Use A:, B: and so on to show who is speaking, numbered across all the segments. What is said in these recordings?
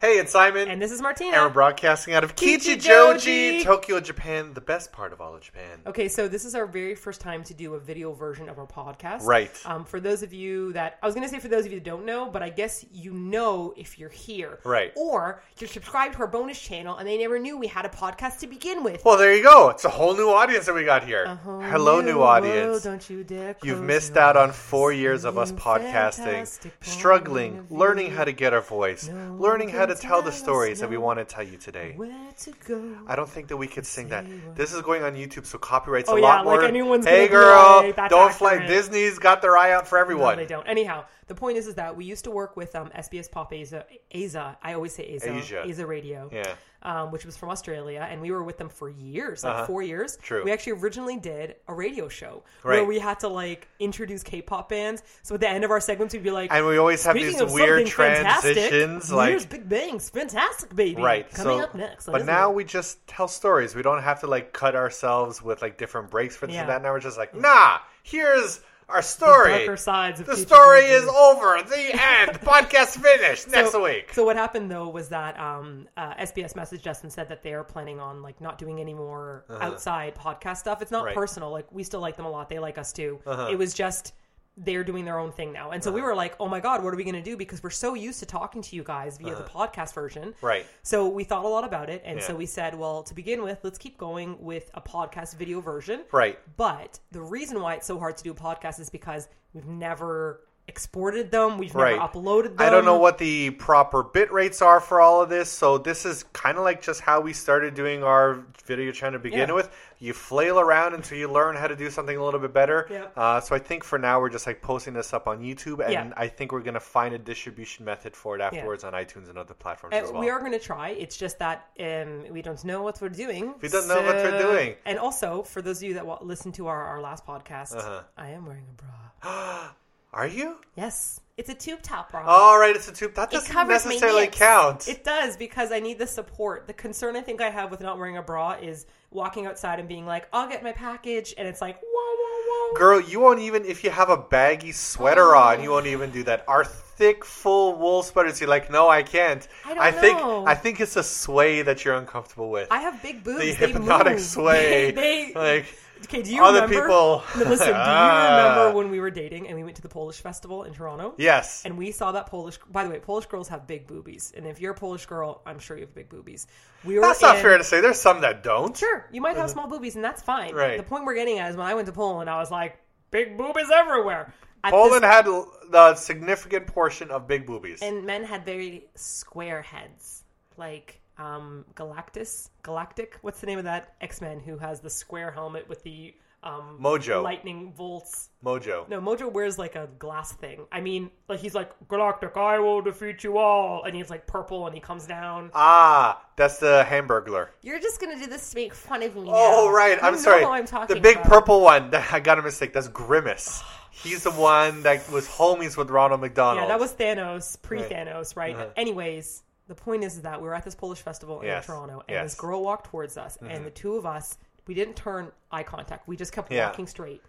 A: Hey, it's Simon.
B: And this is Martina.
A: And we're broadcasting out of
B: Kichijoji.
A: Kichijoji, Tokyo, Japan, the best part of all of Japan.
B: Okay, so this is our very first time to do a video version of our podcast.
A: Right.
B: Um, for those of you that, I was going to say for those of you that don't know, but I guess you know if you're here.
A: Right.
B: Or you're subscribed to our bonus channel and they never knew we had a podcast to begin with.
A: Well, there you go. It's a whole new audience that we got here.
B: A whole
A: Oh, Hello, new,
B: world,
A: audience.
B: don't you dare
A: You've
B: close
A: missed
B: your
A: out on
B: eyes.
A: four years of us
B: New
A: podcasting,
B: fantastic point
A: struggling,
B: of
A: learning
B: view.
A: how to get our voice,
B: No
A: learning
B: one
A: how to
B: can
A: tell the
B: tell us
A: stories that we
B: no.
A: want to tell you today.
B: Where to go?
A: I don't think that we could sing that.
B: Say what-
A: This is going on YouTube, so copyright's
B: Oh,
A: a
B: yeah,
A: lot
B: like
A: more.
B: anyone's
A: hey,
B: gonna be
A: girl,
B: like, that's
A: don't fly.
B: accurate.
A: Disney's got their eye out for everyone.
B: No, they don't. Anyhow, the point is, is that we used to work with um, SBS Pop Asia. Asia. I always say Asia.
A: Asia.
B: Radio.
A: Yeah.
B: Um, which was from Australia, and we were with them for years, like four years.
A: Uh-huh. True.
B: We actually originally did a radio show
A: Right.
B: where we had to like introduce K-pop bands. So at the end of our segments, we'd be like,
A: And we always have
B: "Speaking
A: these
B: of
A: weird
B: something fantastic,
A: transitions,
B: here's
A: like
B: Big Bang's Fantastic Baby,
A: right.
B: Coming
A: so,
B: up next, on
A: but
B: Isn't
A: now
B: It?
A: we just tell stories. We don't have to like cut ourselves with like different breaks for this
B: Yeah.
A: and that. Now we're just like, nah, here's our story.
B: darker sides of
A: the
B: Peaches
A: story
B: and
A: is
B: Cream.
A: over. The end. Podcast finished next
B: so,
A: week.
B: So what happened though was that um, uh, SBS messaged us and said that they are planning on like not doing any more outside podcast stuff. It's not
A: Uh-huh. Right. Uh-huh.
B: personal. Like we still like them a lot. They like us too. It was just they're doing their own thing now. And so we were like, oh my god, what are we going to do? Because we're so used to talking to you guys via the podcast version,
A: Uh-huh. Right.
B: So we thought a lot about it, and so
A: Yeah.
B: we said, well, to begin with, let's keep going with a podcast video version,
A: Right.
B: But the reason why it's so hard to do a podcast is because we've never exported them. We've
A: Right.
B: never uploaded them.
A: I don't know what the proper bit rates are for all of this, so this is kind of like just how we started doing our video channel to begin
B: Yeah.
A: with. You flail around until you learn how to do something a little bit better.
B: Yeah.
A: Uh, so I think for now we're just like posting this up on YouTube, and
B: Yeah.
A: I think we're gonna find a distribution method for it afterwards on iTunes and other platforms
B: Uh,
A: as well.
B: We are going to try. It's just that um, we don't know what we're doing.
A: We don't know what we're doing.
B: And also, for those of you that wa- listen to our, our last podcast,
A: Uh-huh.
B: I am wearing a bra.
A: Are you?
B: Yes, it's a tube top bra.
A: All right, it's a tube. That
B: It
A: doesn't
B: covers my
A: necessarily
B: nips.
A: count.
B: It does because I need the support. The concern I think I have with not wearing a bra is walking outside and being like, "I'll get my package," and it's like, "Whoa, whoa, whoa!"
A: Girl, you won't even if you have a baggy sweater on, you won't even do that. Our thick, full wool sweaters, you're like, no, I can't.
B: I don't
A: think
B: know.
A: I think it's a sway that you're uncomfortable with.
B: I have big boobs.
A: the
B: they
A: hypnotic
B: move.
A: sway,
B: They- they-
A: like
B: okay, do you
A: other
B: remember?
A: people-
B: Listen, do you
A: Ah.
B: remember when we were dating and we went to the Polish festival in Toronto?
A: yes,
B: and we saw that Polish. By the way, Polish girls have big boobies, and if you're a Polish girl, I'm sure you have big boobies. We were
A: that's not
B: in-
A: fair to say. There's some that don't.
B: Sure, you might have small boobies, and that's fine.
A: Right.
B: The point we're getting at is when I went to Poland, I was like, big boobies everywhere. At
A: Poland had l- the significant portion of big boobies.
B: this- and men had very square heads, like um, Galactus, Galactic. What's the name of that X Men who has the square helmet with the um,
A: Mojo.
B: lightning bolts?
A: Mojo.
B: No, Mojo wears like a glass thing. I mean, like he's like Galactic, I will defeat you all, and he's like purple, and he comes down.
A: Ah, that's the Hamburglar.
B: You're just gonna do this to make fun of me.
A: Oh
B: now.
A: right,
B: You
A: I'm
B: know
A: sorry.
B: who I'm talking
A: the big
B: about.
A: purple one. I got a mistake. That's Grimace. He's the one that was homies with Ronald McDonald.
B: Yeah, that was Thanos, pre-Thanos, right? Anyways, the point is that we were at this Polish festival in
A: Uh-huh. Yes.
B: Toronto, and
A: Yes. Mm-hmm.
B: this girl walked towards us, and the two of us, we didn't turn eye contact. We just kept
A: Yeah. Uh-huh.
B: walking straight.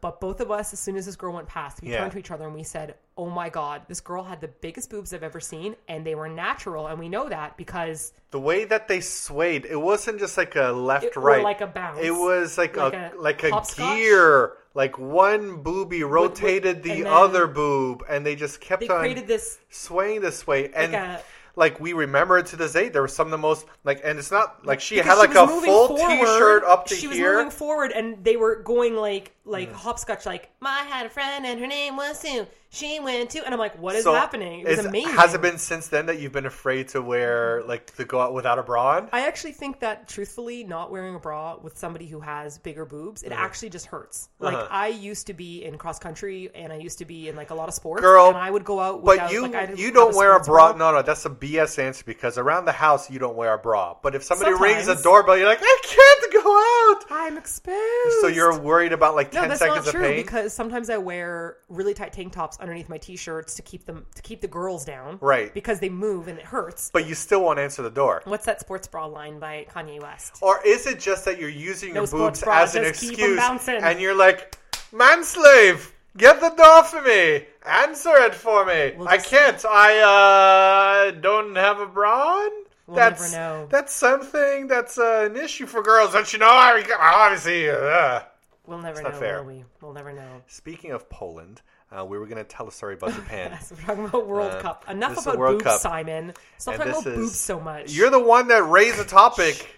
B: But both of us, as soon as this girl went past, we
A: Yeah.
B: turned to each other and we said, "Oh my god, this girl had the biggest boobs I've ever seen, and they were natural, and we know that because
A: the way that they swayed it wasn't just like a left
B: It- or
A: right
B: like a bounce.
A: it was like,
B: Like
A: a,
B: a
A: like a
B: hopscotch?
A: gear like one booby rotated
B: and
A: the
B: then
A: other boob and they just kept
B: they
A: on
B: created this
A: swaying this way and
B: a-
A: like we remember it to this day there was some of the most like and it's not like she
B: Because
A: had like
B: she was
A: a
B: moving
A: full
B: forward.
A: t-shirt up to
B: she was
A: here
B: moving forward, and they were going like like hopscotch, like "My, I had a friend, and her name was Sue. She went too." And I'm like, "What is
A: So
B: happening?" It was
A: is-
B: amazing.
A: has it been since then that you've been afraid to wear like to go out without a bra on
B: I actually think that truthfully, not wearing a bra with somebody who has bigger boobs,
A: Uh-huh.
B: it actually just hurts. Like I used to be in cross country, and I used to be in like a lot of sports,
A: Girl,
B: and I would go out. Without,
A: But you
B: like, I didn't
A: you
B: have
A: don't wear a
B: sports
A: bra. No, no, that's a BS answer because around the house you don't wear a bra. But if somebody rings a
B: Sometimes.
A: doorbell, you're like, I can't go out.
B: I'm exposed.
A: So you're worried about like
B: No,
A: ten
B: that's
A: seconds
B: not true
A: of pain.
B: because sometimes I wear really tight tank tops underneath my t-shirts to keep them to keep the girls down.
A: Right.
B: Because they move and it hurts.
A: But you still won't answer the door.
B: What's that sports bra line by Kanye West?
A: Or is it just that you're using your
B: sports
A: boobs
B: bra,
A: as an
B: just keep 'em
A: excuse
B: bouncing.
A: and you're like, manslave, Get the door for me. Answer it for me.
B: We'll
A: I
B: just-
A: can't. I uh, don't have a bra on.
B: We'll
A: that's
B: never know.
A: that's something that's uh, an issue for girls. Don't you know? I obviously. Uh.
B: We'll never
A: not
B: know,
A: fair.
B: will we? We'll never know.
A: Speaking of Poland, uh, we were going to tell a story about Japan.
B: Yes, we're talking about World
A: Uh,
B: Cup.
A: this
B: Enough
A: is the
B: about
A: World
B: boobs,
A: Cup.
B: Simon. Stop
A: And
B: talking about
A: this is-
B: boobs so much.
A: You're the one that raised the topic.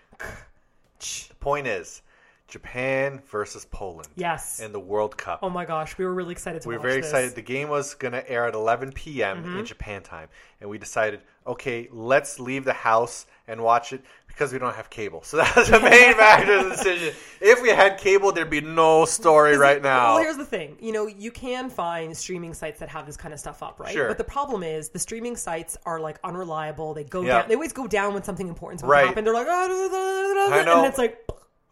B: Shh.
A: Point is, Japan versus Poland.
B: Yes.
A: In the World Cup.
B: Oh my gosh, we were really excited to
A: we
B: watch
A: were very
B: this. Mm-hmm.
A: excited. The game was going to air at 11 p.m. in Japan time, and we decided, okay, let's leave the house and watch it because we don't have cable. So that was the main factor of the decision. If we had cable, there'd be no story right now.
B: Well, here's the thing. You know, you can find streaming sites that have this kind of stuff up, right?
A: Sure.
B: But the problem is the streaming sites are like unreliable. They go
A: Yeah.
B: down. They always go down when something important's
A: Right.
B: right. happened. They're like, "Ah, da, da, da, da,"
A: I know.
B: and it's like.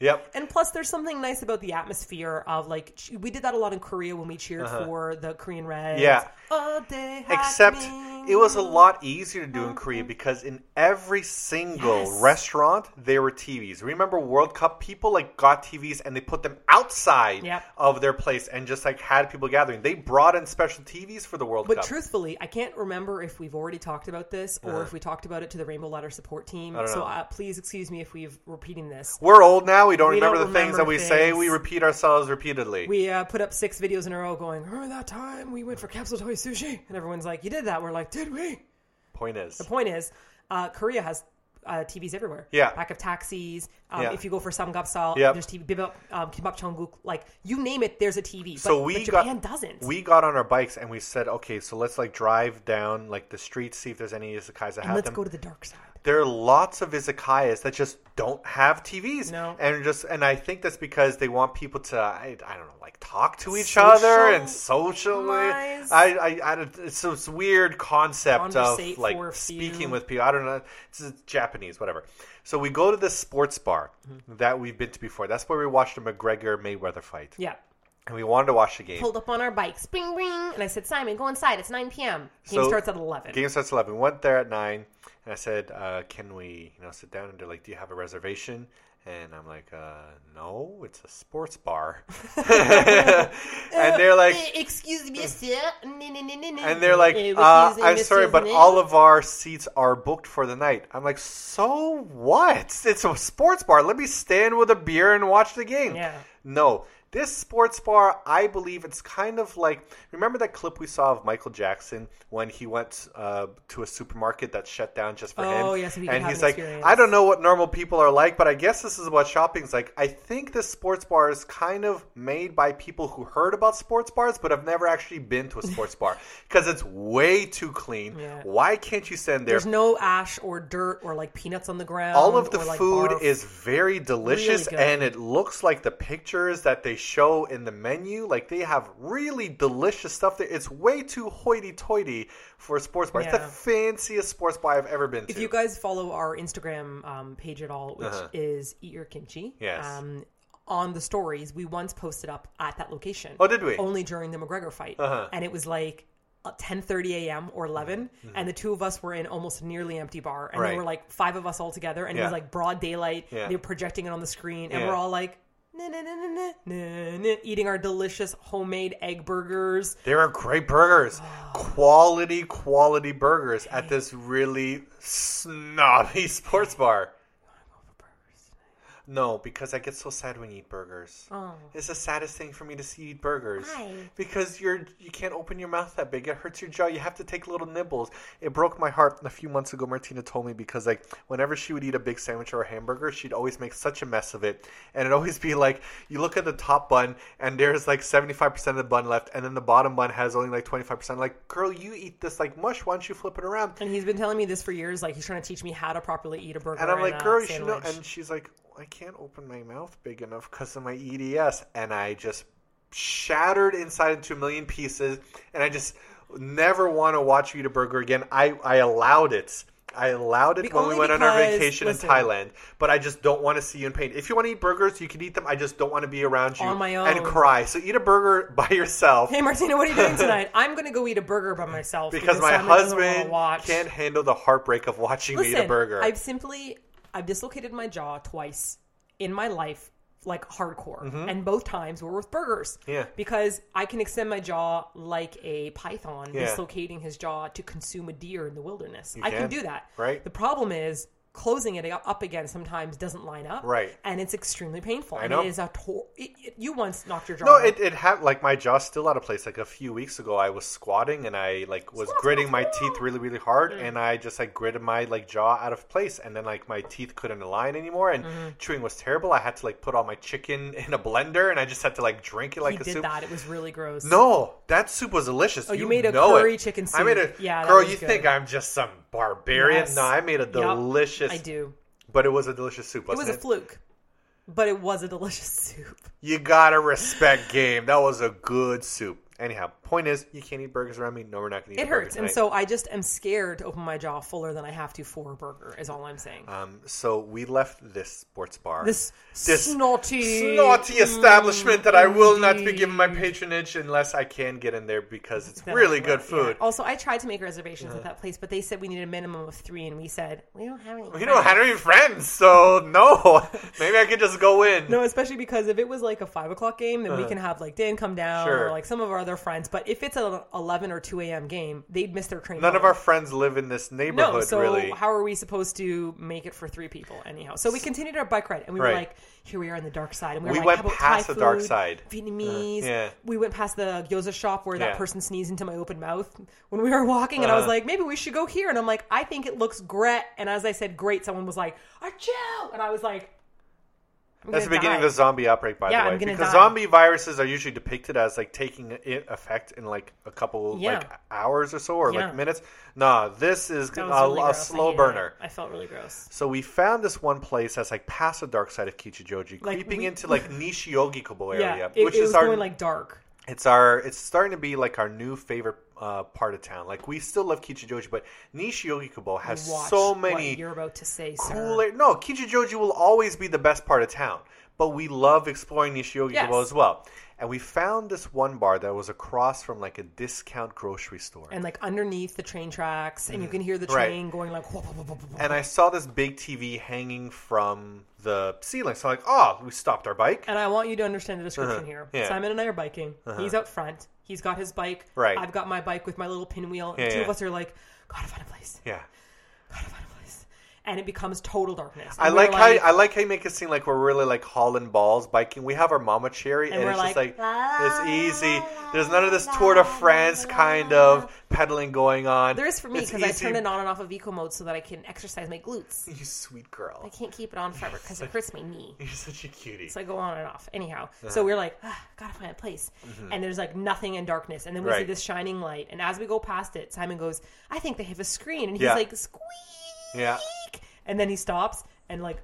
A: yep.
B: And plus, there's something nice about the atmosphere of like ch- we did that a lot in Korea when we cheered for the Korean Reds.
A: Uh-huh. Yeah.
B: All day
A: Except
B: happening.
A: it was a lot easier to do in Korea because in every single
B: Yes.
A: restaurant there were TVs. Remember World Cup people like got TVs and they put them outside
B: Yep.
A: of their place and just like had people gathering. They brought in special TVs for the World
B: But
A: Cup.
B: truthfully, I can't remember if we've already talked about this or if we talked about it to the Rainbow Ladder support team.
A: Uh-huh. don't
B: So
A: know.
B: uh, please excuse me if we've repeating this.
A: We're old now. We don't
B: We
A: remember
B: don't
A: the things that we
B: remember
A: say.
B: things.
A: We repeat ourselves repeatedly.
B: We uh, put up six videos in a row going, remember that time we went for capsule toy sushi? And everyone's like, you did that. We're like, did we?
A: Point is,
B: Point is, uh, Korea has uh, TVs everywhere.
A: Yeah.
B: Back of taxis. Um,
A: Yeah.
B: If you go for samgyeopsal,
A: Yep.
B: there's TV. Bibimbap, um, kimbap Changguk. Like, you name it, there's a TV. But,
A: so we
B: but
A: got
B: Japan doesn't.
A: we got on our bikes and we said, okay, so let's like drive down like the streets, see if there's any izakayas that have
B: Let's
A: them.
B: go to the dark side.
A: there are lots of izakayas that just don't have TVs,
B: No.
A: and just and I think that's because they want people to I, I don't know like talk to each other and socially. I
B: Socialize.
A: I, I don't- it's this weird concept
B: Conversate
A: of like
B: for a few.
A: speaking with people. I don't know. It's just Japanese, whatever. So we go to this sports bar
B: Mm-hmm.
A: that we've been to before. That's where we watched a McGregor Mayweather fight,
B: Yeah.
A: and we wanted to watch the game.
B: Pulled up on our bikes. Bing, bing. And I said, Simon, go inside. It's 9 p.m. Game
A: So-
B: starts at 11.
A: Game starts at eleven. We went there at nine, and I said, uh, "Can we, you know, sit down?" And they're like, "Do you have a reservation?" And I'm like, uh, "No, it's a sports bar." and they're like,
B: Eh, excuse me, sir.
A: and
B: And
A: they're like, uh, "I'm sorry, but all of our seats are booked for the night." I'm like, "So what? It's a sports bar. Let me stand with a beer and watch the game."
B: Yeah.
A: No. This sports bar, I believe it's kind of like remember that clip we saw of Michael Jackson when he went uh, to a supermarket that shut down just for him.
B: Oh, yes, so he could
A: and
B: have
A: he's
B: an
A: like,
B: experience.
A: I don't know what normal people are like, but I guess this is what shopping's like. I think this sports bar is kind of made by people who heard about sports bars but have never actually been to a sports bar because it's way too clean.
B: Yeah.
A: Why can't you send there?
B: There's no ash or dirt or like peanuts on the ground.
A: all of the
B: or, like,
A: food
B: barf.
A: is very delicious
B: good.
A: and it looks like the pictures that they show in the menu like they have really delicious stuff there it's way too hoity-toity for a sports bar it's the
B: Yeah.
A: fanciest sports bar i've ever been to
B: If you guys follow our Instagram um, page at all, which is Eat Your Kimchi,
A: Uh-huh. Yes.
B: um, on the stories, we once posted up at that location.
A: Oh, did we? Uh-huh.
B: Only during the McGregor fight. And it was like uh, 10.30 a.m. or 11, and the two of us were in almost a nearly empty bar. And
A: Mm-hmm. Right.
B: there were like five of us all together, and it
A: Yeah.
B: was like broad daylight.
A: Yeah.
B: They were projecting it on the screen, and
A: Yeah.
B: we're all like... "Na, na, na, na, na, na, na," Eating our delicious homemade egg burgers,
A: there are great burgers quality quality burgers at this really snobby sports bar no, because I get so sad when you eat burgers.
B: Oh.
A: It's the saddest thing for me to see you eat burgers.
B: Why?
A: Because you're you can't open your mouth that big. It hurts your jaw. You have to take little nibbles. It broke my heart a few months ago. Martina told me because like whenever she would eat a big sandwich or a hamburger, she'd always make such a mess of it, and it'd always be like you look at the top bun and there's like seventy five percent of the bun left, and then the bottom bun has only like twenty five percent. Like girl, you eat this like mush. Why don't you flip it around?
B: and he's been telling me this for years. Like he's trying to teach me how to properly eat a burger.
A: And I'm like,
B: a
A: girl, you should know.
B: sandwich."
A: And she's like, I can't open my mouth big enough because of my EDS. And I just shattered inside into a million pieces. And I just never want to watch you eat a burger again. I, I allowed it. I allowed it
B: Be-
A: when we
B: only
A: went on our
B: because-
A: vacation
B: listen.
A: in Thailand, but I just don't want to see you in pain. If you want to eat burgers, you can eat them. I just don't want to be around you
B: On my
A: and
B: own.
A: cry. So eat a burger by yourself
B: Hey Martina, what are you doing tonight? I'm gonna go eat a burger by myself
A: because my
B: Simon doesn't wanna
A: husband can't handle the heartbreak of watching me eat a
B: Listen,
A: burger.
B: I've simply I've dislocated my jaw twice in my life like hardcore. And both times were with burgers.
A: Mm-hmm. Yeah.
B: Because I can extend my jaw like a python
A: Yeah.
B: dislocating his jaw to consume a deer in the wilderness. I can
A: can,
B: do that.
A: right.
B: The problem is closing it up again sometimes doesn't line up.
A: Right.
B: And it's extremely painful. I
A: know.
B: And it is a tor- it, it- you once knocked your jaw.
A: No,
B: out.
A: it, it had like my jaw's still out of place. Like a few weeks ago, I was squatting and I like was gritting my teeth really, really hard,
B: Mm-hmm.
A: and I just like gritted my like jaw out of place, and then like my teeth couldn't align anymore, and
B: Mm-hmm.
A: chewing was terrible. I had to like put all my chicken in a blender, and I just had to like drink it like
B: he
A: a
B: did
A: soup.
B: that. It was really gross.
A: No, that soup was delicious. Oh,
B: you made a
A: know
B: curry
A: it.
B: chicken
A: I made a
B: soup. Yeah, that
A: girl.
B: was
A: You
B: good.
A: think I'm just some barbarian?
B: Yes.
A: No, I made a
B: Yup,
A: delicious.
B: I do.
A: but it was a delicious soup.
B: It
A: Wasn't
B: was a fluke, but it was a delicious soup.
A: You gotta respect game. That was a good soup. Anyhow, point is, you can't eat burgers around me. No, we're not gonna eat. a
B: It
A: burger
B: hurts, and
A: tonight.
B: so I just am scared to open my jaw fuller than I have to for a burger. Is all I'm saying.
A: um, so we left this sports bar,
B: this,
A: this
B: snotty,
A: snotty establishment that I will not be giving my patronage unless I can get in there because it's
B: that
A: really
B: Mm-hmm. I
A: good
B: love.
A: food.
B: Yeah. Oh, Also, I tried to make reservations at that place, but they said we needed a minimum of three, and we said we don't have any.
A: We don't have any friends, so no. Maybe I could just go in.
B: No, especially because if it was like a five o'clock game, then we can have like Dan come down
A: Uh-huh. Sure.
B: or like some of our other friends. But if it's an eleven or two a.m. game, they'd miss their train.
A: None of
B: home.
A: our friends live in this neighborhood,
B: No, so
A: really.
B: how are we supposed to make it for three people anyhow? So we continued our bike ride, and we
A: Right.
B: were like, "Here we are on the dark side." And we, were
A: We
B: like,
A: went
B: "How about
A: past
B: Thai
A: the dark
B: food,
A: side.
B: Vietnamese.
A: Uh, yeah.
B: We went past the gyoza shop where
A: Yeah.
B: that person sneezed into my open mouth when we were walking, and I was
A: Uh-huh.
B: like, "Maybe we should go here." And I'm like, "I think it looks great." And as I said, "Great," someone was like, "Achoo!" And I was like, I'm
A: That's the
B: gonna
A: beginning
B: die.
A: of the zombie outbreak, by
B: Yeah,
A: the way,
B: I'm gonna
A: because
B: die.
A: zombie viruses are usually depicted as like taking it effect in like a couple
B: Yeah.
A: like hours or so, or
B: Yeah.
A: like minutes. Nah, this is a,
B: That was really
A: a
B: gross. I
A: slow
B: hated
A: burner.
B: it. I felt really gross.
A: So we found this one place that's like past the dark side of Kichijoji,
B: Like,
A: creeping
B: we-
A: into like Nishiyogikubo
B: Yeah,
A: area,
B: it,
A: which
B: it
A: is
B: was
A: our
B: going like dark.
A: it's our it's starting to be like our new favorite uh, part of town. Like we still love Kichijoji, but Nishiyogikubo has
B: Watch
A: so
B: What
A: many
B: you're about to say, sir.
A: cooler. No, Kichijoji will always be the best part of town, but we love exploring Nishiyogikubo
B: Yes.
A: as well. And we found this one bar that was across from like a discount grocery store. And,
B: and like underneath the train tracks, and you can hear the
A: Mm-hmm. Right.
B: train going like. whoop, whoop, whoop, whoop, whoop.
A: I saw this big TV hanging from the ceiling. So like, oh, we stopped our bike.
B: And I want you to understand the description here.
A: Uh-huh. Yeah. Uh-huh.
B: Simon and I are biking. He's out front. He's got his bike.
A: Right.
B: I've got my bike with my little pinwheel. and
A: Yeah,
B: the two of
A: yeah.
B: us are like, gotta find a place.
A: yeah.
B: Gotta find a place. And it becomes total darkness.
A: I
B: And we're
A: like, how I like how you make it seem like we're really like hauling balls biking. We have our mama cherry, and,
B: we're
A: it's just
B: like,
A: like it's easy. There's none of this Tour de France kind of pedaling going on.
B: there is for me
A: It's
B: because I
A: easy.
B: turn it on and off of eco mode so that I can exercise my glutes.
A: You sweet girl.
B: I can't keep it on forever because it hurts my knee.
A: You're such a cutie.
B: So I go on and off. Anyhow,
A: Uh-huh.
B: so we're like, ah, gotta find a place. And there's like nothing in darkness. And then we see
A: Mm-hmm. Right.
B: this shining light. And as we go past it, Simon goes, I think they have a screen. And he's
A: Yeah.
B: like, squeak.
A: Yeah.
B: And then he stops and like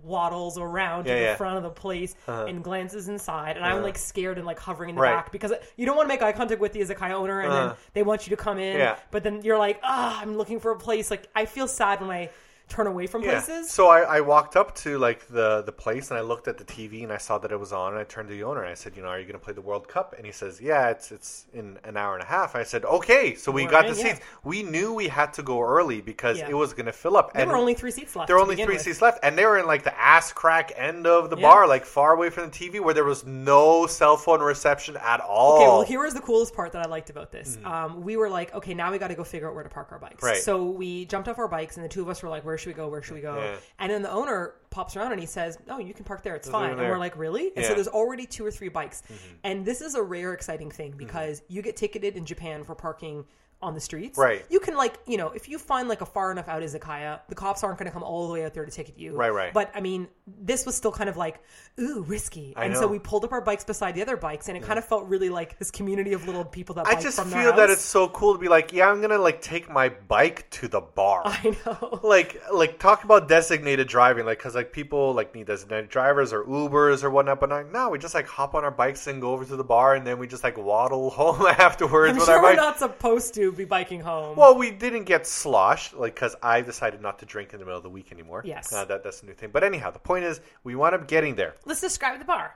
B: waddles around
A: Yeah,
B: to
A: yeah. Uh-huh.
B: the front of the place and glances inside. And I'm like scared and like hovering in the
A: Right. Uh-huh.
B: back because you don't want to make eye contact with the Izakaya owner. And then they want you to come in.
A: Yeah.
B: But then you're like, ah, I'm looking for a place. Like, I feel sad when I turn away from
A: Yeah.
B: places.
A: So I, I walked up to like the the place and I looked at the TV and I saw that it was on and I turned to the owner and I said, you know, are you going to play the World Cup? And he says, yeah, it's it's in an hour and a half. I said, okay. So we
B: We're
A: got
B: in,
A: the
B: yeah.
A: seats. We knew we had to go early because
B: Yeah.
A: it was going to fill up.
B: There
A: and
B: were only three seats left.
A: there were
B: to
A: only
B: begin
A: three
B: with.
A: seats left, and they were in like the ass crack end of the
B: Yeah.
A: bar, like far away from the TV, where there was no cell phone reception at all.
B: Okay, well, here was the coolest part that I liked about this. Um, we were like, okay, now we got to go figure out where to park our bikes.
A: Mm. Right.
B: So we jumped off our bikes, and the two of us were like, where should we go? Where should we go?
A: Yeah.
B: And then the owner pops around and he says, no, you can park there. It's fine.
A: over
B: And
A: there.
B: we're like, really? And so
A: Yeah. Mm-hmm.
B: there's already two or three bikes. And this is a rare, exciting thing because you get ticketed in Japan for parking on the streets.
A: Right.
B: You can, like, you know, if you find like a far enough out izakaya, the cops aren't going to come all the way out there to ticket you.
A: Right, right.
B: But I mean, this was still kind of like, ooh, risky.
A: I
B: and
A: know.
B: so we pulled up our bikes beside the other bikes, and it kind of felt really like this community of little people that
A: I
B: bike
A: just
B: from their
A: feel that
B: house.
A: it's so cool to be like, yeah, I'm gonna like take my bike to the bar.
B: I know.
A: like like talk about designated driving like because like people like need designated drivers or ubers or whatnot but like no we just like hop on our bikes and go over to the bar and then we just like waddle home afterwards
B: I'm
A: with
B: sure
A: our
B: we're
A: bike
B: not supposed to be biking home.
A: well we didn't get sloshed like because i decided not to drink in the middle of the week anymore
B: Yes.
A: uh, that, that's a new thing but anyhow the point is we wound up getting there
B: Let's describe the bar.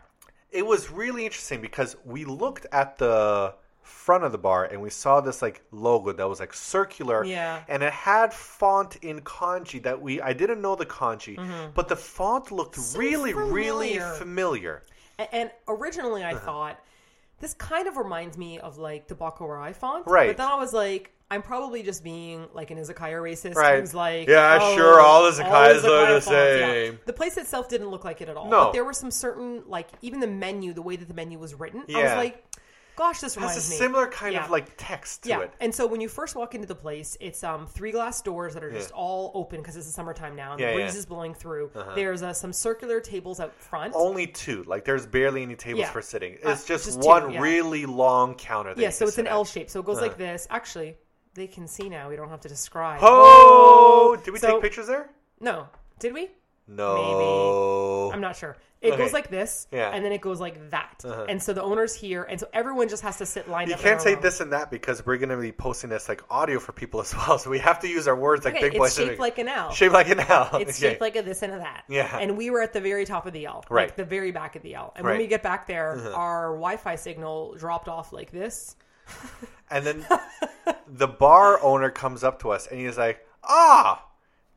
A: it was really interesting because we looked at the front of the bar and we saw this like logo that was like circular
B: Yeah.
A: and it had font in kanji that we I didn't know the kanji but the font looked really really
B: Mm-hmm.
A: familiar
B: familiar. A- And originally,
A: Uh-huh.
B: I thought this kind of reminds me of like the Bakurai font,
A: Right.
B: But then I was like, I'm probably just being like an izakaya racist
A: Right.
B: who's like,
A: Yeah, sure, all
B: the
A: izakayas look the
B: izakaya fonts, yeah.
A: same.
B: The place itself didn't look like it at all.
A: No.
B: but there were some certain like even the menu, the way that the menu was written, I was
A: Yeah.
B: like, gosh, this
A: It's
B: reminds
A: a
B: me
A: similar kind
B: Yeah.
A: of like text to
B: yeah.
A: it
B: And so when you first walk into the place, it's um three glass doors that are just all open because it's the summertime now and
A: Yeah,
B: the
A: yeah. Uh-huh.
B: breeze is blowing through. There's uh, some circular tables out front.
A: only two like there's barely any tables
B: Yeah.
A: for sitting
B: Uh,
A: it's just,
B: just two,
A: one
B: yeah.
A: really long counter that
B: yeah,
A: you
B: so
A: can
B: it's an
A: sit
B: L
A: at.
B: shape. So it goes like this. Actually, they can see now. We don't have to describe.
A: oh did we
B: So-
A: take pictures there
B: No. Did we?
A: no
B: I'm not sure. It
A: Oh. Okay.
B: goes like this,
A: Yeah. Uh-huh.
B: and then it goes like that. And so the owner's here, and so everyone just has to sit lined
A: You
B: up. in
A: can't
B: a
A: say
B: row.
A: this and that because we're going to be posting this like audio for people as well. So we have to use our words like
B: Okay,
A: big boy
B: it's shaped
A: sitting.
B: like an L.
A: Shaped like an L.
B: It's
A: Okay.
B: shaped like a this and a that.
A: Yeah.
B: And we were at the very top of the L.
A: Right.
B: Like the very back of the L. And
A: Right. Uh-huh.
B: when we get back there, our Wi Fi signal dropped off like this.
A: And then the bar owner comes up to us and he's like, "Ah,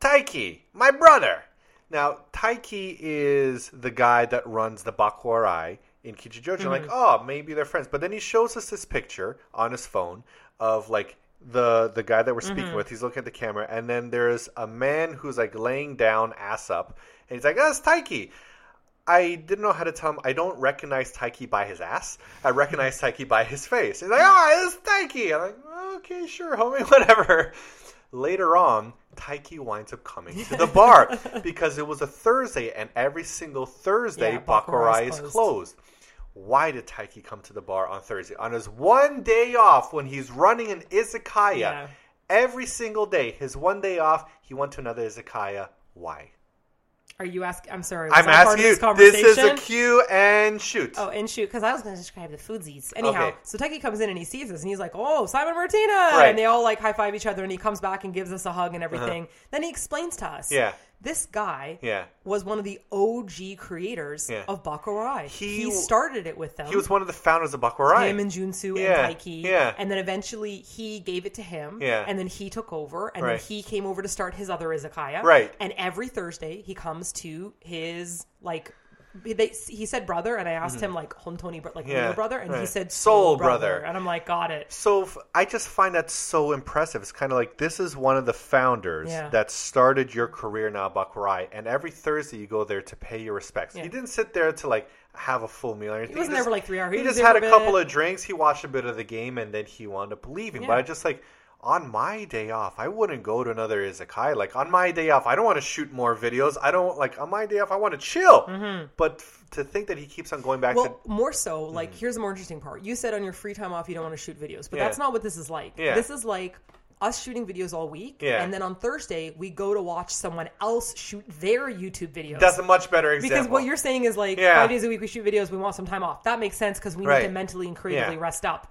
A: Taiki, my brother." Now Taiki is the guy that runs the Bakurai in Kichijoji. I'm like, oh, maybe they're friends. But then he shows us this picture on his phone of like the the guy that we're speaking with. He's looking at the camera, and then there's a man who's like laying down, ass up, and he's like, "That's Taiki." I didn't know how to tell him. I don't recognize Taiki by his ass. I recognize Taiki by his face. He's like, oh, it's Taiki. I'm like, okay, sure, homie, whatever. Later on, Taiki winds up coming to the bar because it was a Thursday, and every single Thursday,
B: Yeah,
A: Bakurai
B: Bakurai
A: is
B: is
A: closed. Why did Taiki come to the bar on Thursday? On his one day off when he's running an izakaya,
B: Yeah.
A: every single day, his one day off, he went to another izakaya. Why?
B: Are you asking? I'm sorry. was
A: I'm
B: that part
A: asking
B: of
A: you.
B: this
A: This is a
B: conversation?
A: cue and shoot.
B: Oh, and shoot, because I was going to describe the foodsies. Anyhow,
A: Okay.
B: so Techie comes in and he sees us and he's like, oh, Simon Martina.
A: Right. Uh-huh.
B: And they all like high five each other and he comes back and gives us a hug and everything. Then he explains to us.
A: Yeah.
B: This guy
A: Yeah.
B: was one of the OG creators
A: Yeah.
B: of Bakurai.
A: He
B: He,
A: w-
B: started it with them.
A: He was one of the founders of Bakurai.
B: him and Junsu
A: Yeah,
B: and Taiki.
A: yeah.
B: And then eventually he gave it to him.
A: Yeah.
B: And then he took over. And
A: Right.
B: then he came over to start his other izakaya.
A: Right.
B: And every Thursday he comes to his like they, he said brother, and I asked him like Hontoni, but like
A: Mm-hmm. Yeah,
B: real brother, and he
A: right.
B: said
A: Soul
B: soul,
A: brother.
B: brother, and I'm like, got it.
A: so f- I just find that so impressive. It's kind of like this is one of the founders
B: Yeah.
A: that started your career now, Bakurai. And every Thursday you go there to pay your respects. He didn't sit there to like have a full meal or anything.
B: wasn't there for, like, three hours.
A: He,
B: He was
A: just
B: there
A: had a
B: for a
A: couple
B: bit.
A: of drinks. He watched a bit of the game and then he wound up leaving. But I just like. On my day off, I wouldn't go to another izakaya. Like on my day off, I don't want to shoot more videos. I don't like on my day off. I want to chill. But f- to think that he keeps on going back to
B: Mm-hmm. Well, more so, like here's the more interesting part. You said on your free time off you don't want to shoot videos,
A: Mm.
B: but
A: Yeah.
B: that's not what this is like.
A: Yeah.
B: This is like us shooting videos all week,
A: Yeah.
B: and then on Thursday we go to watch someone else shoot their YouTube videos.
A: that's a much better example.
B: Because what you're saying is like
A: Yeah.
B: five days a week we shoot videos, we want some time off. That makes sense because we
A: Right.
B: need to mentally and creatively
A: Yeah.
B: rest up.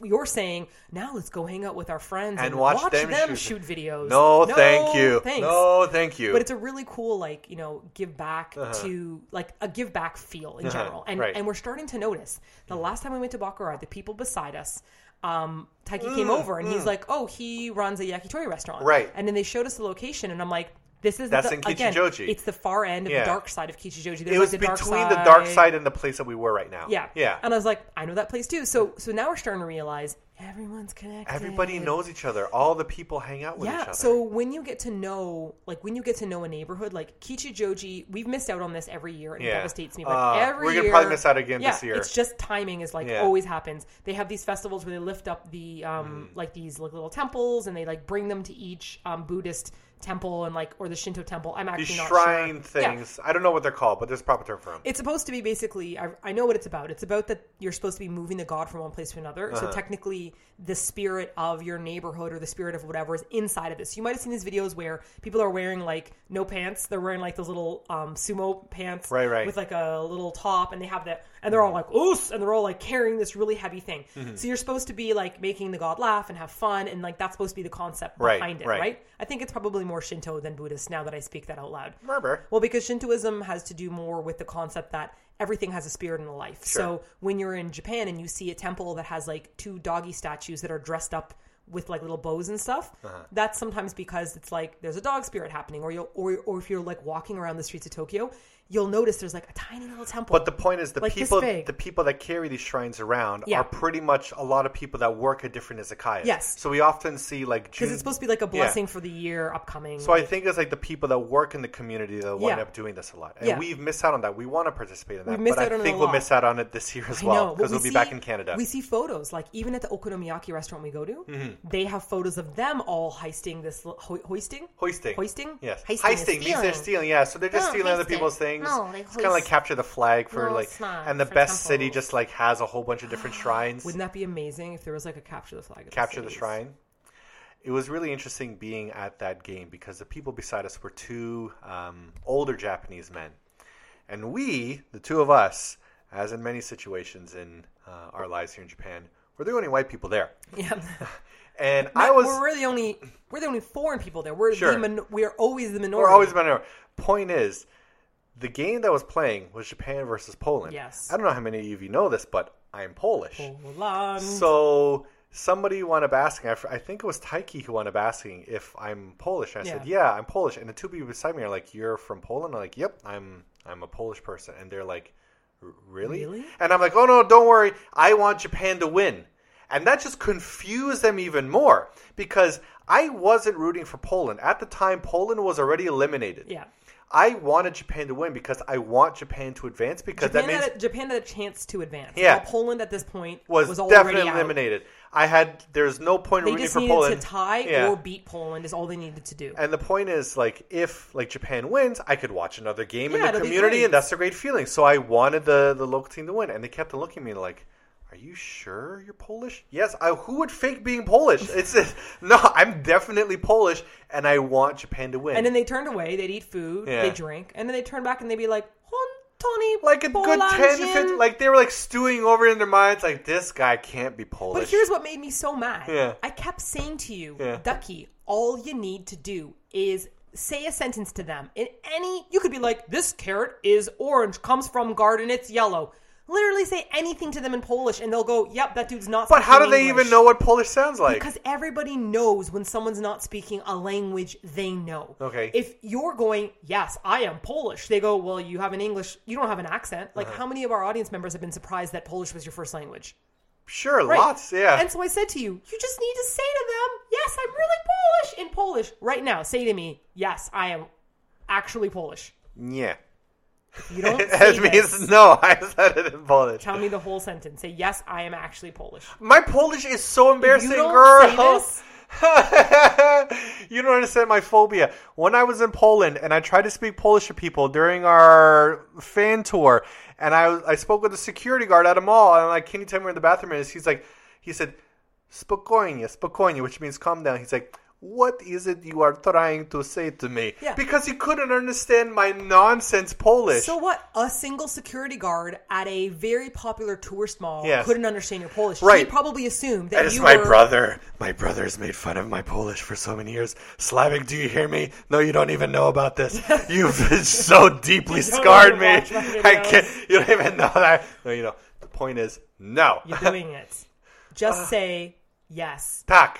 B: You're saying now let's go hang out with our friends
A: And
B: and,
A: watch
B: watch,
A: them
B: them,
A: shoot-
B: shoot. videos.
A: No, thank you.
B: Thanks.
A: No, thank you.
B: But it's a really cool, like you know, give back to like a give back feel in general, and
A: Uh-huh. Right.
B: and we're starting to notice. The last time we went to Baccarat, the people beside us. Um, Taiki came over and he's like, "Oh, he runs a yakitori restaurant,
A: Mm, Right.
B: And then they showed us the location, and I'm like, "This is
A: That's
B: the,
A: in
B: again,
A: Kichijoji.
B: it's the far end of
A: Yeah.
B: the dark side of Kichijoji. There's
A: it
B: like
A: was
B: the
A: between
B: dark side.
A: the dark side and the place that we were right now.
B: Yeah,
A: yeah.
B: And I was like, I know that place too. So, so now we're starting to realize everyone's connected.
A: Everybody knows each other. All the people hang out with each
B: Yeah.
A: other.
B: So when you get to know, like when you get to know a neighborhood, like Kichijoji, we've missed out on this every year, and
A: Yeah.
B: it devastates me. But
A: Uh,
B: every
A: we're gonna
B: year-
A: probably miss out again
B: yeah,
A: this year.
B: It's just timing is like
A: Yeah.
B: always happens. They have these festivals where they lift up the um
A: Mm-hmm.
B: like these like little temples, and they like bring them to each um Buddhist temple and like or the Shinto temple. I'm actually
A: These
B: not
A: shrine
B: sure. Yeah.
A: things. I don't know what they're called, but there's a proper term for them.
B: It's supposed to be basically. I, I know what it's about. It's about that you're supposed to be moving the god from one place to another.
A: Uh-huh.
B: So technically, the spirit of your neighborhood or the spirit of whatever is inside of this. You might have seen these videos where people are wearing like no pants. They're wearing like those little um, sumo pants,
A: Right, right.
B: with like a little top, and they have that, and they're all like oos, and they're all like carrying this really heavy thing.
A: Mm-hmm.
B: So you're supposed to be like making the god laugh and have fun, and like that's supposed to be the concept
A: Right,
B: behind it,
A: right.
B: right? I think it's probably more Shinto than Buddhist now that I speak that out loud.
A: Murmur.
B: Well, because Shintoism has to do more with the concept that everything has a spirit and a life. So when you're in Japan and you see a temple that has like two doggy statues that are dressed up with like little bows and stuff,
A: Uh-huh.
B: that's sometimes because it's like there's a dog spirit happening, or you'll or or if you're like walking around the streets of Tokyo, you'll notice there's like a tiny little temple.
A: But the point is, the
B: Like this
A: people
B: big.
A: the people that carry these shrines around
B: Yeah.
A: are pretty much a lot of people that work at different izakayas.
B: Yes.
A: So we often see like
B: because
A: Jun-
B: it's supposed to be like a blessing for the year upcoming.
A: So I think it's like the people that work in the community that wind
B: Yeah.
A: up doing this a lot, and
B: Yeah.
A: we've missed out on that. We want to participate in that,
B: missed
A: but
B: out
A: I
B: on it
A: think
B: a
A: we'll
B: lot.
A: miss out on it this year as
B: I
A: well
B: know,
A: because
B: but
A: we'll be
B: see-
A: back in Canada.
B: We see photos, like even at the okonomiyaki restaurant we go to, they have photos of them all hoisting this l- ho- hoisting,
A: Mm-hmm. Hoisting.
B: hoisting,
A: Yes.
B: hoisting, is
A: means they're
B: stealing.
A: stealing. Yeah. So they're just
C: No,
A: stealing other
C: Oh, hoisting.
A: people's things.
C: No, they
A: it's kind of like
C: hoist.
A: capture the flag for
C: No,
A: like,
C: it's not.
A: and the
C: For
A: best city
C: temples.
A: just like has a whole bunch of different shrines.
B: Wouldn't that be amazing if there was like a capture the flag? of
A: capture the
B: cities?
A: shrine. It was really interesting being at that game because the people beside us were two um, older Japanese men, and we, the two of us, as in many situations in uh, our lives here in Japan, were the only white people there.
B: Yeah,
A: And I was
B: We're, the only. We're the only foreign people there. We're
A: Sure.
B: the min- we are always the minority.
A: We're always been over. Point is, the game that was playing was Japan versus Poland.
B: Yes.
A: I don't know how many of you know this, but I'm Polish.
B: Oh, Poland.
A: So somebody wound up asking. I, f- I think it was Taiki who wound up asking if I'm Polish. And I said, "Yeah, I'm Polish." And the two people beside me are like, "You're from Poland?" I'm like, "Yep, I'm I'm a Polish person." And they're like, "R- "Really?"
B: Really?
A: And I'm like, "Oh no, don't worry. I want Japan to win." And that just confused them even more because I wasn't rooting for Poland at the time. Poland was already eliminated.
B: yeah,
A: I wanted Japan to win because I want Japan to advance because
B: Japan,
A: that means
B: had a, Japan had a chance to advance.
A: Yeah.
B: While Poland at this point
A: was,
B: was already
A: definitely
B: out.
A: eliminated. I had there's no point
B: They
A: rooting
B: just
A: for
B: needed
A: Poland
B: to tie
A: Yeah.
B: or beat Poland is all they needed to do.
A: And the point is, like, if like Japan wins, I could watch another game
B: Yeah,
A: in the
B: it'll be
A: community,
B: great.
A: and that's a great feeling. So I wanted the the local team to win, and they kept on looking at me like. Are you sure you're Polish? Yes. I, who would fake being Polish? It's no. I'm definitely Polish, and I want Japan to win.
B: And then they turned away. They'd eat food.
A: Yeah.
B: They drink. And then they turned back and they'd be like, Hon Tony,
A: like a good 10,
B: Bolandian."
A: 15, like they were like stewing over in their minds, like this guy can't be Polish.
B: But here's what made me so mad.
A: Yeah.
B: I kept saying to you,
A: Yeah.
B: Ducky, all you need to do is say a sentence to them. In any, you could be like, this carrot is orange, comes from garden, it's yellow. Literally say anything to them in Polish, and they'll go, "Yep, that dude's not."
A: but how do
B: speaking
A: they
B: English."
A: even know what Polish sounds like?
B: Because everybody knows when someone's not speaking a language they know.
A: Okay.
B: If you're going, yes, I am Polish, they go, well, you have an English, you don't have an accent. Like,
A: Uh-huh.
B: how many of our audience members have been surprised that Polish was your first language?
A: sure,
B: Right.
A: lots. Yeah.
B: And so I said to you, you just need to say to them, yes, I'm really Polish in Polish right now. Say to me, yes, I am actually Polish.
A: yeah.
B: If You don't say
A: That
B: this,
A: means no. I said it in Polish.
B: tell me the whole sentence. Say, yes, I am actually Polish.
A: My Polish is so embarrassing,
B: you don't
A: girl.
B: say this,
A: you don't understand my phobia. When I was in Poland and I tried to speak Polish to people during our fan tour, and I I spoke with a security guard at a mall, and I'm like, "Can you tell me where the bathroom is?" He's like, he said, "Spokojnie, spokojnie," which means calm down. He's like. What is it you are trying to say to me?
B: Yeah.
A: Because he couldn't understand my nonsense Polish.
B: So what? A single security guard at a very popular tourist mall
A: Yes.
B: couldn't understand your Polish. He
A: Right.
B: probably assumed that
A: That is
B: you
A: my
B: were,
A: brother. My brother's made fun of my Polish for so many years. Slavic, do you hear me? No, you don't even know about this. You've so deeply scarred
B: even
A: me.
B: watch my
A: I
B: videos.
A: can't. You don't even know that. No, you know. The point is, no.
B: You're doing it. Just say yes.
A: Tak.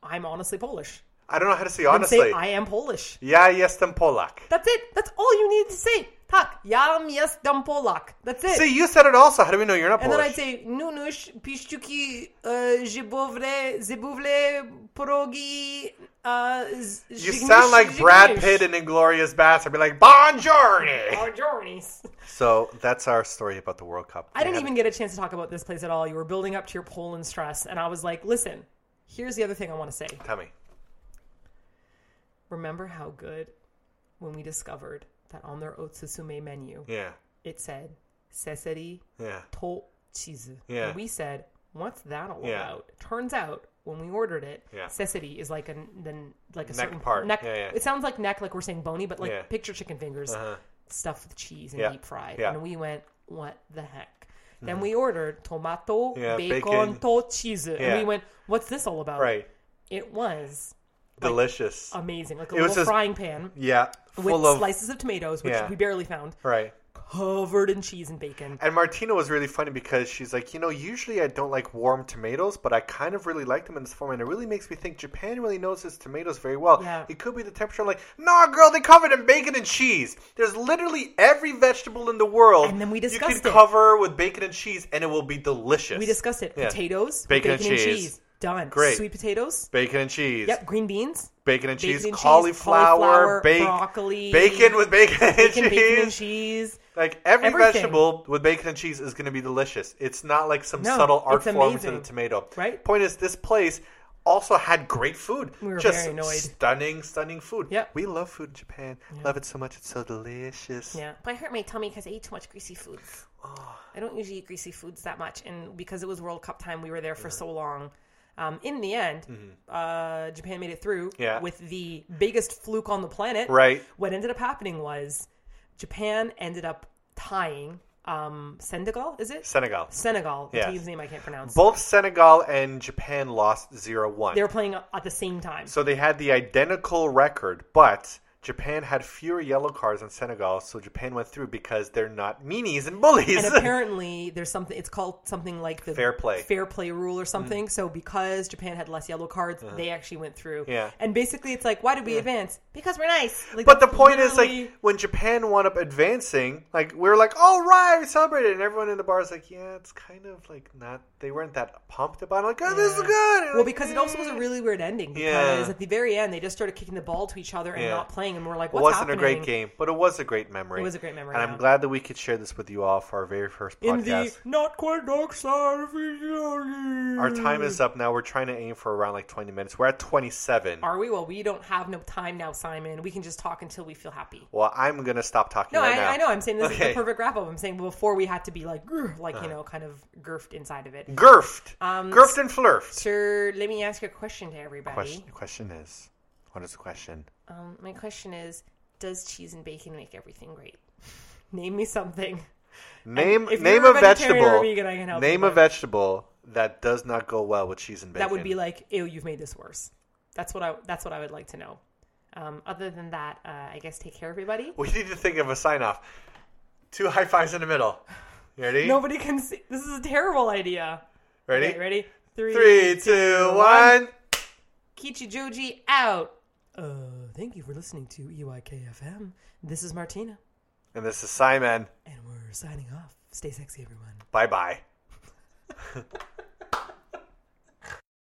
B: I'm honestly Polish.
A: I don't know how to say
B: And say
A: honestly.
B: I am Polish.
A: Ja jestem Polak.
B: That's it. That's all you need to say. Tak, jam jestem Polak. That's it.
A: See, you said it also. How do we know you're not
B: and then
A: Polish?
B: I'd say nunusz, piszczuki, e, żybowle, zybowle, progi. Uh, z-
A: You sound like Brad Pitt in Inglorious Bastard. Be like, Bonjourney!
B: Our journeys.
A: So that's our story about the World Cup.
B: I didn't even get a chance to talk about this place at all. You were building up to your Poland stress, and I was like, listen, here's the other thing I want to say.
A: Tell me.
B: Remember how good when we discovered that on their Otsusume menu
A: Yeah.
B: it said seseri
A: Yeah.
B: to cheese.
A: Yeah.
B: And we said, what's that all
A: Yeah.
B: about? Turns out when we ordered it,
A: Yeah.
B: seseri is like a then like a
A: Neck
B: certain
A: part.
B: Neck,
A: Yeah, yeah.
B: It sounds like neck, like we're saying bony, but like
A: Yeah. Uh-huh.
B: picture chicken fingers, stuffed with cheese and
A: Yeah.
B: deep fried.
A: Yeah. Mm-hmm.
B: And we went, what the heck? Then we ordered tomato
A: Yeah,
B: bacon,
A: bacon.
B: to cheese,
A: Yeah.
B: and we went, what's this all about?
A: Right.
B: It was
A: Delicious.
B: Amazing. Like a
A: It was
B: little
A: just-
B: frying pan
A: yeah,
B: with
A: full of
B: slices of tomatoes, which
A: Yeah.
B: we barely found,
A: right.
B: covered in cheese and bacon.
A: And Martina was really funny because she's like, you know, usually I don't like warm tomatoes, but I kind of really like them in this form, and it really makes me think Japan really knows its tomatoes very well.
B: Yeah.
A: It could be the temperature. I'm like, nah, girl, they covered in bacon and cheese. There's literally every vegetable in the world.
B: And then we
A: you
B: discussed
A: can
B: it.
A: cover with bacon and cheese, and it will be delicious.
B: We discussed it.
A: Yeah.
B: Potatoes,
A: Bacon and
B: bacon and
A: cheese.
B: cheese. Done.
A: Great.
B: Sweet potatoes.
A: bacon and cheese.
B: Yep. Green beans.
A: Bacon and cheese,
B: and cheese,
A: cauliflower,
B: cauliflower,
A: bacon,
B: broccoli,
A: bacon with bacon and
B: Bacon,
A: cheese.
B: bacon and cheese.
A: Like every
B: Everything.
A: vegetable with bacon and cheese is going to be delicious. It's not like some
B: No,
A: subtle art
B: it's
A: form to the
B: amazing.
A: tomato.
B: Right.
A: Point is, this place also had great food.
B: We were
A: Just
B: very annoyed.
A: stunning, stunning food.
B: Yep.
A: We love food in Japan. Love it so much. It's so delicious.
B: Yeah.
C: But I hurt my tummy because I ate too much greasy foods. I don't usually eat greasy foods that much, and
B: because it was World Cup time, we were there for so long. Um, in the end, uh, Japan made it through
A: Mm-hmm. Yeah.
B: with the biggest fluke on the planet.
A: Right.
B: What ended up happening was Japan ended up tying um, Senegal. Is it
A: Senegal.
B: Senegal? The
A: Yes.
B: team's name I can't pronounce.
A: Both Senegal and Japan lost 0 1.
B: they were playing at the same time.
A: So they had the identical record, but Japan had fewer yellow cards than Senegal, so Japan went through because they're not meanies and bullies.
B: and apparently there's something it's called something like the
A: Fair play. Mm.
B: fair play rule or something so because japan had less yellow cards they actually went through
A: Uh-huh. Yeah.
B: and basically it's like why did we advance
C: because we're nice.
B: like,
A: But the
B: that's
A: point is,
B: literally-
A: like, when Japan wound up advancing, like, we were like, all right, we celebrated. And everyone in the bar is like, yeah, it's kind of like not, they weren't that pumped about it. Like, oh, this is
B: Yeah.
A: good. And
B: well
A: like,
B: because it also was a
A: "Eh."
B: really weird ending because
A: Yeah.
B: at the very end they just started kicking the ball to each other and
A: Yeah.
B: not playing and we're like
A: It
B: what's
A: wasn't
B: happening
A: a great game, but it was a great memory.
B: It was a great memory,
A: And I'm
B: yeah.
A: glad that we could share this with you all for our very first
B: in
A: podcast.
B: the not quite dark side of reality.
A: Our time is up now. We're trying to aim for around like 20 minutes. We're at 27.
B: are we well we don't have no time now simon we can just talk until we feel happy
A: Well, I'm going to stop talking
B: No,
A: right
B: I,
A: now.
B: I know. I'm saying this is
A: Okay. Uh-huh.
B: the perfect wrap up. I'm saying before we had to be like, "Grr," like you know, kind of girfed inside of it.
A: Gerfed.
B: Um,
A: Gerfed and flurfed.
C: Sure, let me ask you a question to everybody.
A: Question, question is, what is the question?
C: Um, my question is, does cheese and bacon make everything great?
B: Name me something.
A: Name
B: if
A: name
B: you're
A: a
B: a vegetarian or
A: vegetable.
B: vegan, I can help
A: name
B: you
A: a
B: with.
A: vegetable that does not go well with cheese and bacon.
B: That would be like, ew, you've made this worse. That's what I. That's what I would like to know.
C: Um, other than that, uh, I guess take care, everybody.
A: We need to think of a sign off. Two high fives in the middle. You ready?
B: Nobody can see. This is a terrible idea.
A: ready?
B: Okay, ready? Three.
A: Three, two, one.
C: Kichi Joji out.
B: Uh, thank you for listening to E EYKFM. This is Martina,
A: And this is Simon.
B: and we're signing off. Stay sexy, everyone.
A: Bye bye.